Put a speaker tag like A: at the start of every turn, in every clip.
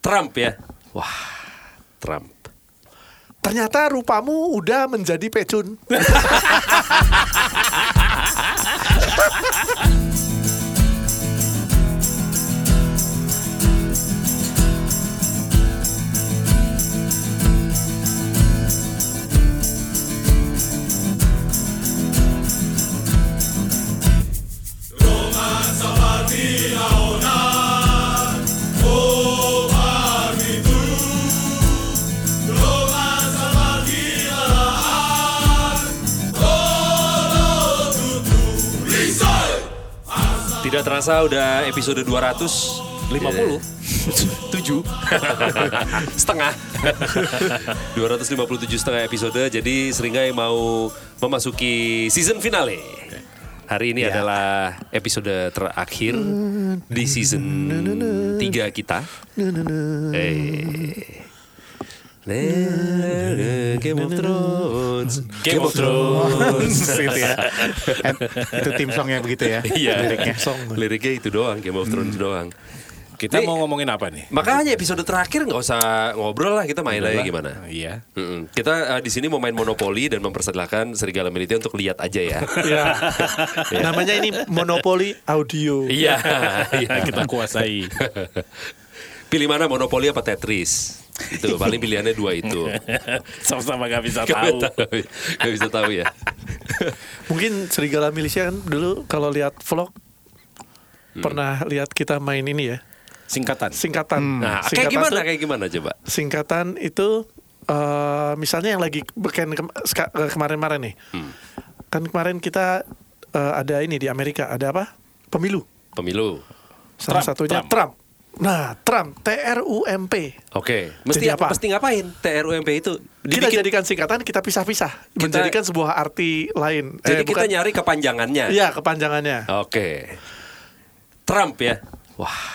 A: Trump ya. Wah, Trump.
B: Ternyata rupamu udah menjadi pecun.
A: Tidak terasa udah episode 200 50 7 Iya. Ah, setengah 257 setengah episode jadi Seringai mau memasuki season finale. Hari ini adalah episode terakhir di season 3 kita. Eh. Game of Thrones. Game of Thrones.
C: gitu ya. Eh, itu tim songnya begitu ya.
A: Iya.
C: Liriknya song.
A: Liriknya itu doang, Game of
B: Hmm.
A: Thrones doang.
D: Kita
A: Ini-
D: mau ngomongin apa nih?
A: Makanya episode terakhir nggak usah ngobrol lah, kita main aja gimana.
D: Iya.
A: Mm-mm. Kita eh, di sini mau main monopoli dan mempersilahkan serigala militer untuk lihat aja ya.
B: Iya. Namanya ini monopoli audio.
A: Iya. Iya,
D: Nah,
A: kita
D: kita kuasai.
A: pilih mana monopoli apa Tetris? Itu paling pilihannya dua itu.
D: Sama-sama gak bisa
A: Gak
D: tahu.
A: tahu. Gak bisa tahu ya.
B: Mungkin serigala milisia kan dulu kalau lihat vlog
A: Hmm.
B: pernah lihat kita main ini ya
D: Singkatan.
C: Hmm.
B: singkatan.
A: Nah,
B: hmm, singkatan
A: kayak gimana?
B: tuh-
A: Kayak gimana coba?
B: singkatan itu eh, misalnya yang lagi beken kem- ska- eh, kemarin-kemarin nih.
A: Hmm.
B: Kan kemarin kita eh, ada ini di Amerika, ada apa? Pemilu.
A: Pemilu.
B: Salah
D: Trump,
B: satunya
D: Trump.
B: Trump. Nah, Trump, T R U M P.
A: Oke. Mesti
B: Jadi
A: apa?
B: apa?
A: Mesti ngapain? TRUMP itu
B: Kita
A: dibikin.
B: jadikan singkatan, kita pisah-pisah,
A: Kita-
B: menjadikan sebuah arti lain.
A: Jadi
B: Eh,
A: kita
B: bukan-
A: nyari kepanjangannya.
B: Iya, kepanjangannya.
A: Oke. Trump ya. Wah,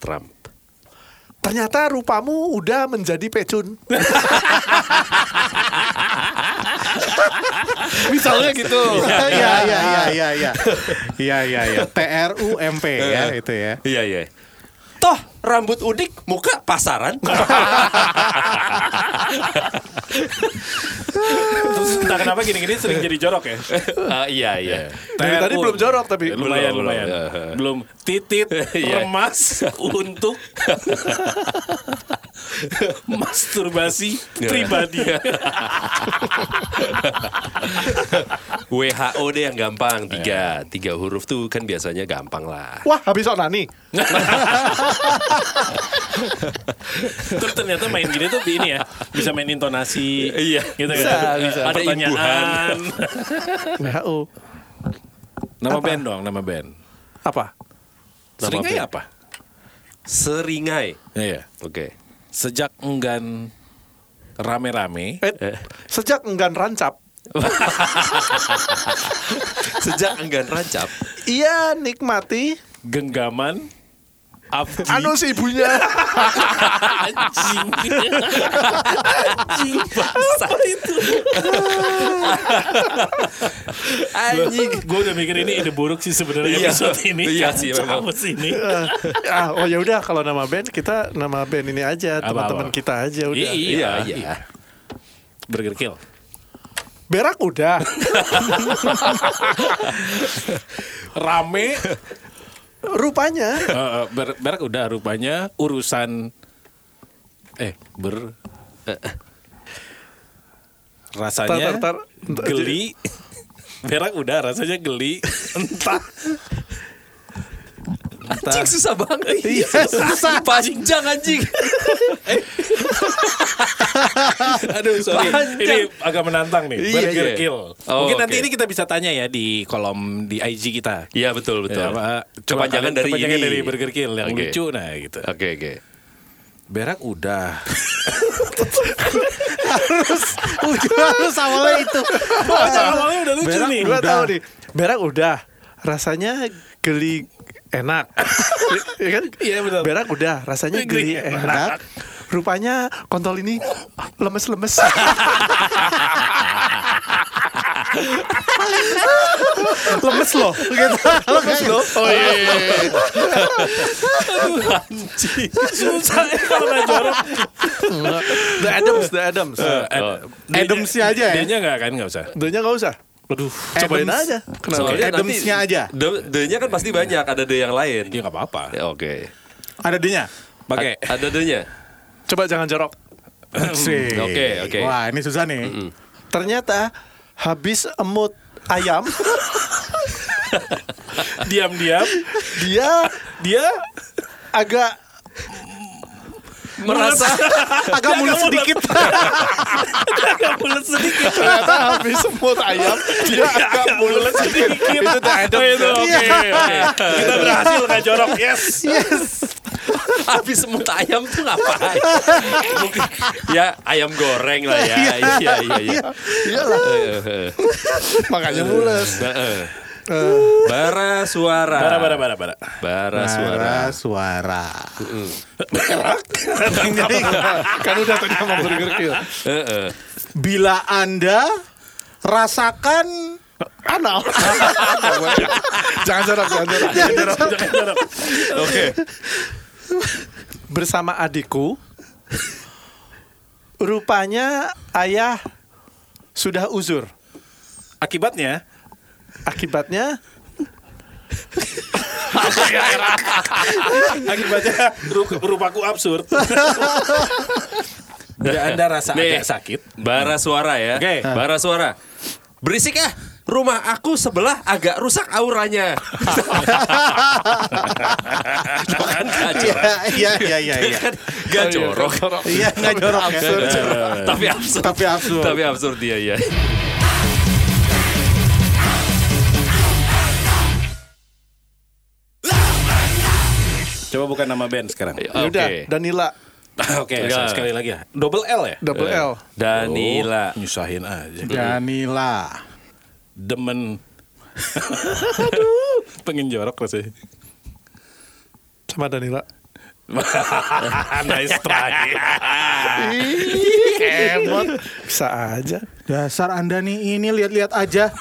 A: Trump.
B: Ternyata rupamu udah menjadi pecun.
C: Misalnya gitu. Iya iya iya iya iya. Iya iya iya. T R U M P ya itu ya.
A: Iya, iya. Toh, rambut unik, muka pasaran.
D: Terus entah kenapa gini-gini sering jadi jorok ya. "Uh,
A: Ah, iya, iya.
B: Dari tadi belum jorok tapi.
D: Lumayan,
A: Belum,
D: lumayan.
A: belum, ya.
D: Belum. Titit,
A: Iya.
D: remas, uh, untuk masturbasi pribadi.
A: WHO deh yang gampang. Tiga. Tiga huruf tuh kan biasanya gampang lah.
B: Wah, habis onani.
D: Terus ternyata main gini tuh ini ya. Bisa main intonasi.
A: Iya.
D: Gitu
B: Bisa,
D: kan.
B: bisa.
A: Ada
D: Pertanyaan.
B: WHO.
D: Nama band dong, nama band.
B: Apa?
D: Nama
A: Seringai
D: band.
A: apa? Seringai.
D: Iya.
A: Oke.
D: Sejak enggan rame-rame.
B: Eh, sejak enggan rancap,
A: Sejak enggan rancap.
B: ia nikmati
D: genggaman Abdi
B: anus ibunya.
D: anjing anjing bangsa itu anjing gue udah mikir ini ide buruk sih sebenarnya
A: Iya.
D: episode ini
A: Iya sih, memang.
D: Capus ini
B: ah, oh ya udah kalau nama band kita nama band ini aja,
D: Apa-apa?
B: teman-teman kita aja udah.
D: Iya,
A: Iya, iya.
D: Burger Kill
B: Berak udah.
D: rame
B: Rupanya
D: Eh, eh, ber- berak udah rupanya urusan eh ber eh, rasanya
B: Tar, tar, tar.
D: geli berak udah rasanya geli entah
A: Anjing susah banget.
B: Iya, susah.
A: Panjang anjing.
D: Aduh, sorry.
B: Panjang.
D: Ini agak menantang nih.
A: Iya,
D: Burger
A: iya.
D: Kill.
A: Oh,
D: Mungkin
A: oke.
D: nanti ini kita bisa tanya ya di kolom di IG kita.
A: Iya, betul, betul.
D: Ya, apa, coba
A: Kepanjangan
D: kalian-
A: dari
D: kepanjangan
A: ini.
D: dari Burger Kill yang
A: Oke. Eh.
D: lucu nah gitu.
A: Oke, oke.
D: Berak udah.
C: Harus awalnya itu.
D: Oh, iya, Awalnya udah lucu
B: berak
D: nih.
B: gua tahu nih. Berak udah. Rasanya geli enak. Iya kan?
D: Iya, benar.
B: Berak udah, rasanya
D: Geli
B: geli enak. Rupanya kontol ini lemes-lemes. Lemes loh.
A: Lemes loh. Oh iya. Aduh anjing.
B: iya.
A: Susah ya karena jorok.
B: The Adams, The Adams.
D: Eh,
C: Adamsnya aja ya?
D: Dia-nya nggak kan nggak usah.
B: D-nya nggak usah. Aduh, cobain
C: Adams.
B: aja. Kenapa?
A: Soalnya Nah, nanti
C: Adams-nya aja.
A: D- D-nya kan pasti banyak. Ada D yang lain.
D: Dia nggak apa-apa.
A: Ya, Oke.
C: Ada D-nya?
D: Pakai
A: A- Ada D-nya.
B: Coba jangan jorok.
C: Hmm, Sih.
A: Oke, oke. Hmm,
C: Wah, ini susah nih.
B: Ternyata habis emut ayam,
D: diam-diam.
B: dia
D: Dia
B: agak
A: Merasa
C: Agak mulut sedikit.
D: agak mulut sedikit.
B: ternyata habis emut ayam, dia agak mulut
D: Iya, sedikit. Itu Itu
B: Iya.
A: Iya.
D: oke oke. Kita berhasil nggak jorok. Yes.
A: habis semut ayam tuh ngapain? Mungkin ya ayam goreng lah ya. Iya iya iya.
D: Eh,
B: makanya mules.
A: Heeh. Bara suara.
D: Bara bara bara bara.
A: Bara suara.
C: Suara, suara.
B: kan udah tadi sama Burger Kill.
A: Heeh.
C: Bila Anda rasakan
B: Anal. jangan jorok, jangan jorok.
D: Jangan jorok.
A: Oke.
B: Bersama adikku, rupanya ayah sudah uzur.
D: Akibatnya
B: Akibatnya
D: akibatnya ru- rupaku absurd. Bila Anda rasa
A: Nih.
D: agak sakit,
A: Bara suara ya.
D: Oke.
A: Bara suara. Berisik ah. Rumah aku sebelah agak rusak auranya. Tuh kan gak jorok.
C: Iya, iya, iya, iya.
A: Kan gak jorok.
C: Iya, nggak jorok ya.
A: Tapi absurd.
C: Tapi absurd.
A: Tapi absurd dia ya.
D: coba bukan nama band sekarang. Oke,
A: Oke.
B: Ya udah Danila
A: Enggak.
D: sekali lagi ya. Double L ya?
B: double
E: Eh.
B: L.
A: Danila.
D: Oh, nyusahin aja.
C: Danila.
D: Demen. Pengen jorok rasanya.
B: sama Danila.
D: nice try.
B: Emot bisa aja.
C: Dasar Anda nih ini lihat-lihat aja.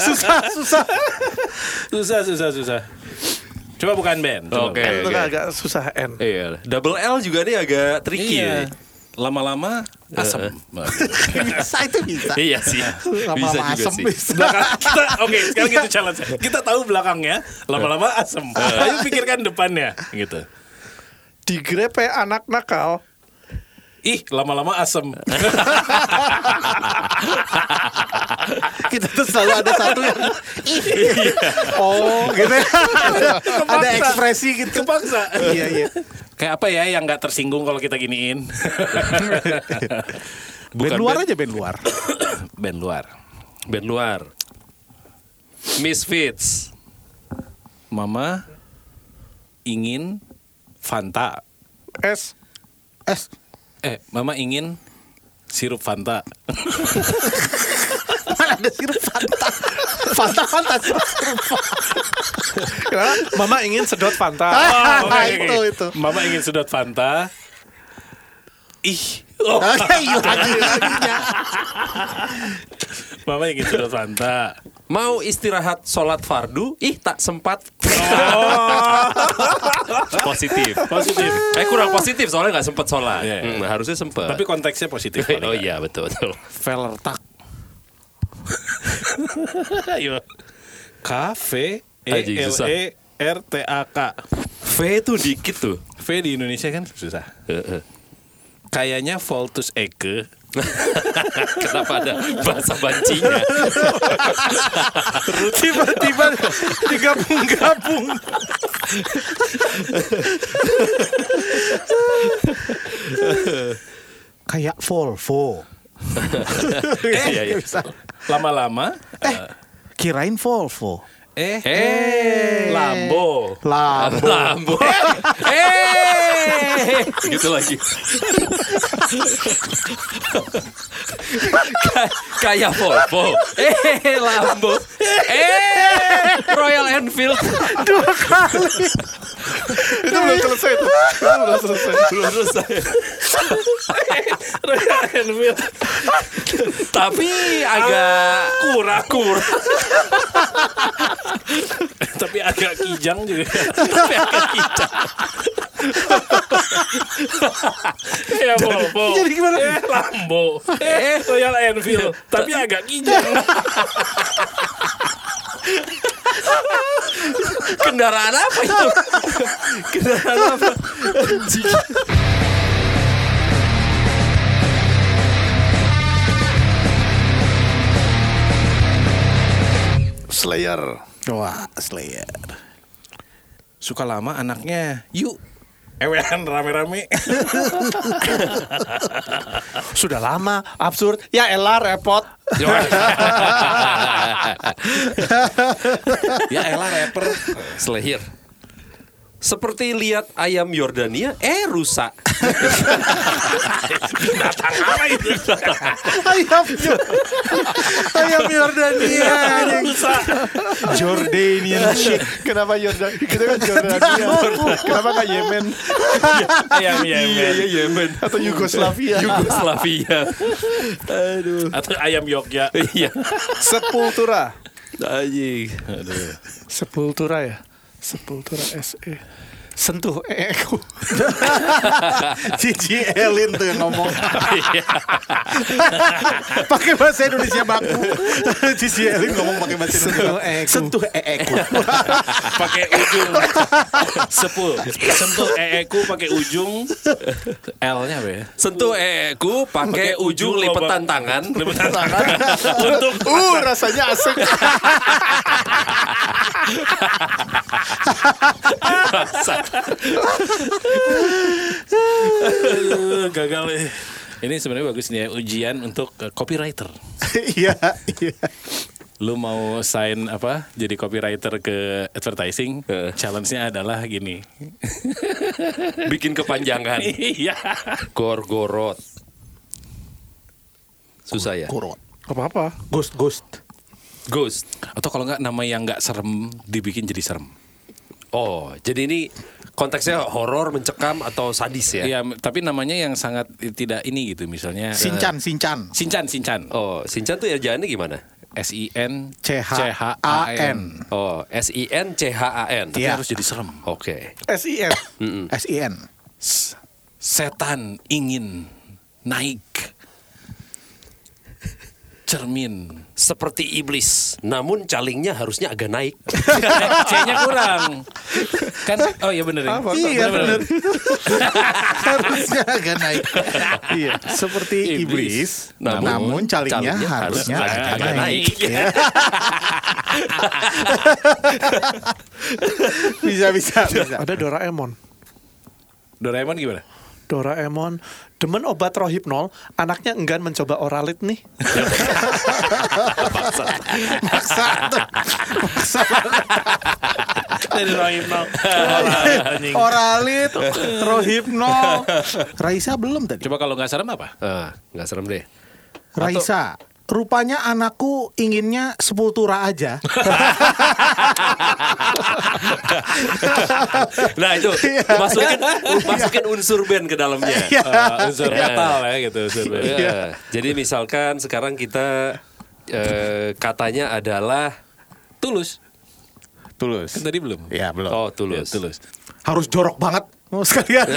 C: susah, susah.
D: susah, susah, susah. Coba bukan band. coba
A: Oke.
D: bukan.
B: Itu kan agak susah
E: Eh.
B: N.
A: Iya. Double L juga nih agak tricky.
D: Iya.
A: ya.
D: Lama-lama asem.
C: Bisa itu bisa.
A: Iya sih. Bisa
C: Lama-lama
A: juga
C: asem
A: sih.
C: bisa.
D: Belakang kita, oke sekarang kita challenge. Kita tahu belakangnya, lama-lama asem. Tapi pikirkan depannya, gitu.
B: Digrepe anak nakal.
D: Ih, lama-lama asem.
C: Kita tuh selalu ada satu yang Ih. oh gitu. ya. ada ekspresi gitu.
D: Kepaksa.
C: Iya, iya.
D: Kayak apa ya yang nggak tersinggung kalau kita giniin?
C: Band luar ya? aja band luar.
D: band luar.
A: Band luar. Misfits.
D: Mama ingin Fanta.
B: S
C: Es
D: Eh, Mama ingin sirup Fanta.
C: mana ada sirup Fanta. Fanta Fanta sirup.
B: Kenapa? Mama ingin sedot Fanta.
C: Ah,
D: oke, oke.
C: itu itu.
D: Oh, gitu. Mama ingin sedot Fanta. Ih, oh,
C: Oke, iya lagi laginya.
D: Mama ingin sedot Fanta.
A: Mau istirahat sholat fardu? Ih tak sempat. Oh. positif.
D: Positif.
A: Eh kurang positif soalnya nggak sempat sholat.
D: Iya, iya.
A: Hmm, harusnya sempat.
D: Tapi konteksnya positif.
A: oh iya betul betul.
D: Veler tak.
C: Iya.
D: Ayo. K V E
A: Anjing,
D: L
A: susah.
D: E R T A K.
A: V tuh dikit tuh.
D: V di Indonesia kan susah.
A: Heeh.
D: Kayaknya Voltus Eke.
A: Kenapa ada bahasa bancinya?
C: Tiba-tiba digabung-gabung. Kayak Volvo. Eh,
A: Iya, iya.
C: Bisa.
D: Lama-lama
C: Kirain Volvo.
D: eh,
A: Eh,
D: Lambo.
C: Lah,
A: Lambo. Eh, gitu lagi. Ka- Kayak Volvo. Eh, Lambo. Eh, Royal Enfield.
B: Itu belum selesai. Itu Itu belum selesai.
A: Belum selesai.
D: Ryan Enfield.
A: Tapi agak
D: kurang kurang. Tapi agak kijang juga. Tapi agak kijang. ya Volvo.
C: jadi gimana?
D: Eh Lambo. Eh Royal Enfield. Tapi agak kijang.
A: kendaraan apa itu? kendaraan apa?
C: Slayer. Wah, Slayer.
D: Suka lama anaknya. Yuk. Ewean rame-rame.
C: Sudah lama, absurd. Ya elar, repot.
A: ya elah rapper Slayer. Seperti lihat ayam Yordania, eh rusak.
D: Binatang apa itu?
C: Ayam Jor- Ayam Yordania. anjing.
E: Jordanian shit. Kenapa Jordan? Kita kan Jordania. Kenapa nggak Yemen
D: Ayam
A: Iya,
D: Yemen.
A: Yemen.
E: atau Yugoslavia?
A: Yugoslavia. Aduh.
D: Atau ayam Yogya.
A: Iya.
E: Sepultura.
A: Anjing.
B: Sepultura ya. Sepultura SE. Sentuh E eku.
C: Cici Elin tuh yang ngomong.
D: Iya.
C: pakai bahasa Indonesia baku. Cici Elin ngomong pakai bahasa Indonesia. Sentuh E eku.
D: pakai ujung sepul sentuh eeku pakai ujung L-nya apa ya?
A: Sentuh eku eh, pakai ujung lipetan tangan.
D: Lipetan tangan untuk
E: Uh, rasanya asik.
D: Aduh, gagal eh. Ini sebenarnya bagus nih ya, ujian untuk eh, copywriter.
E: Iya, iya.
D: Lu mau sign apa? Jadi copywriter ke advertising?
A: Heeh.
D: Challenge-nya adalah gini.
A: Bikin kepanjangan.
D: Iya.
A: Gorgorot. Susah ya.
C: Kurot.
B: Gak apa-apa.
C: Ghost, ghost.
A: Ghost.
D: Atau kalau nggak nama yang nggak serem dibikin jadi serem.
A: Oh, jadi ini konteksnya horor, mencekam atau sadis ya?
D: Iya, tapi namanya yang sangat tidak ini gitu misalnya.
E: Sincan, Sincan.
D: Sincan, Sincan.
A: Oh, Sinchan tuh erjaannya gimana?
D: S I N
E: C H A N.
A: Oh, S I N C H A N.
D: Tapi
E: Iya.
D: harus jadi serem.
A: Oke.
B: SIN.
E: S I N.
D: Setan ingin naik cermin.
A: Seperti iblis, namun calingnya harusnya agak naik.
D: C-nya kurang. Kan oh iya bener. ya?
E: Iya benar. harusnya agak naik. Iya, seperti
D: Iblis.
E: iblis,
A: Namun-
E: namun, calingnya,
A: calingnya
E: harusnya
A: harus
E: agak,
A: agak
E: naik.
A: naik.
E: Iya. bisa bisa bisa.
B: Ada Doraemon.
D: Doraemon gimana?
B: Doraemon demen obat rohipnol, anaknya enggan mencoba oralit nih.
E: Maksa tuh. Maksa.
D: Dari Doraemon.
B: Oh,
E: Oralit, Rohipno. Raisa belum tadi.
D: Coba kalau nggak serem apa?
A: Ah, nggak serem deh.
E: Raisa, rupanya anakku inginnya sepultura aja.
A: Nah itu
E: Iya.
A: masukin masukin unsur band ke dalamnya. Ah,
D: Eh, unsur
E: Iya.
D: metal ya gitu. unsur metal.
A: Iya. Jadi misalkan sekarang kita eh, katanya adalah
D: Tulus. Kan
E: Tulus.
D: tadi belum.
E: Ya
C: Iya.
E: belum.
A: oh
D: Ya,
A: tulus.
D: tulus.
E: Harus jorok banget. Oh, sekalian.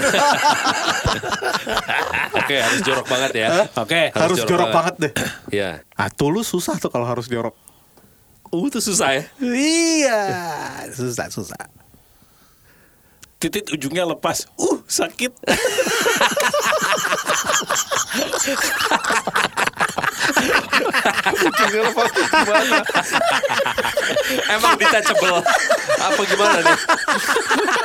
A: Oke harus jorok banget ya.
D: Oke.
E: harus jorok banget deh.
A: Iya.
E: Ah, tulus susah tuh kalau harus jorok.
A: Uh itu susah ya.
C: 哎
E: Iya, susah susah.
D: Titit ujungnya lepas. Uh, sakit.
A: Emang detachable apa gimana nih?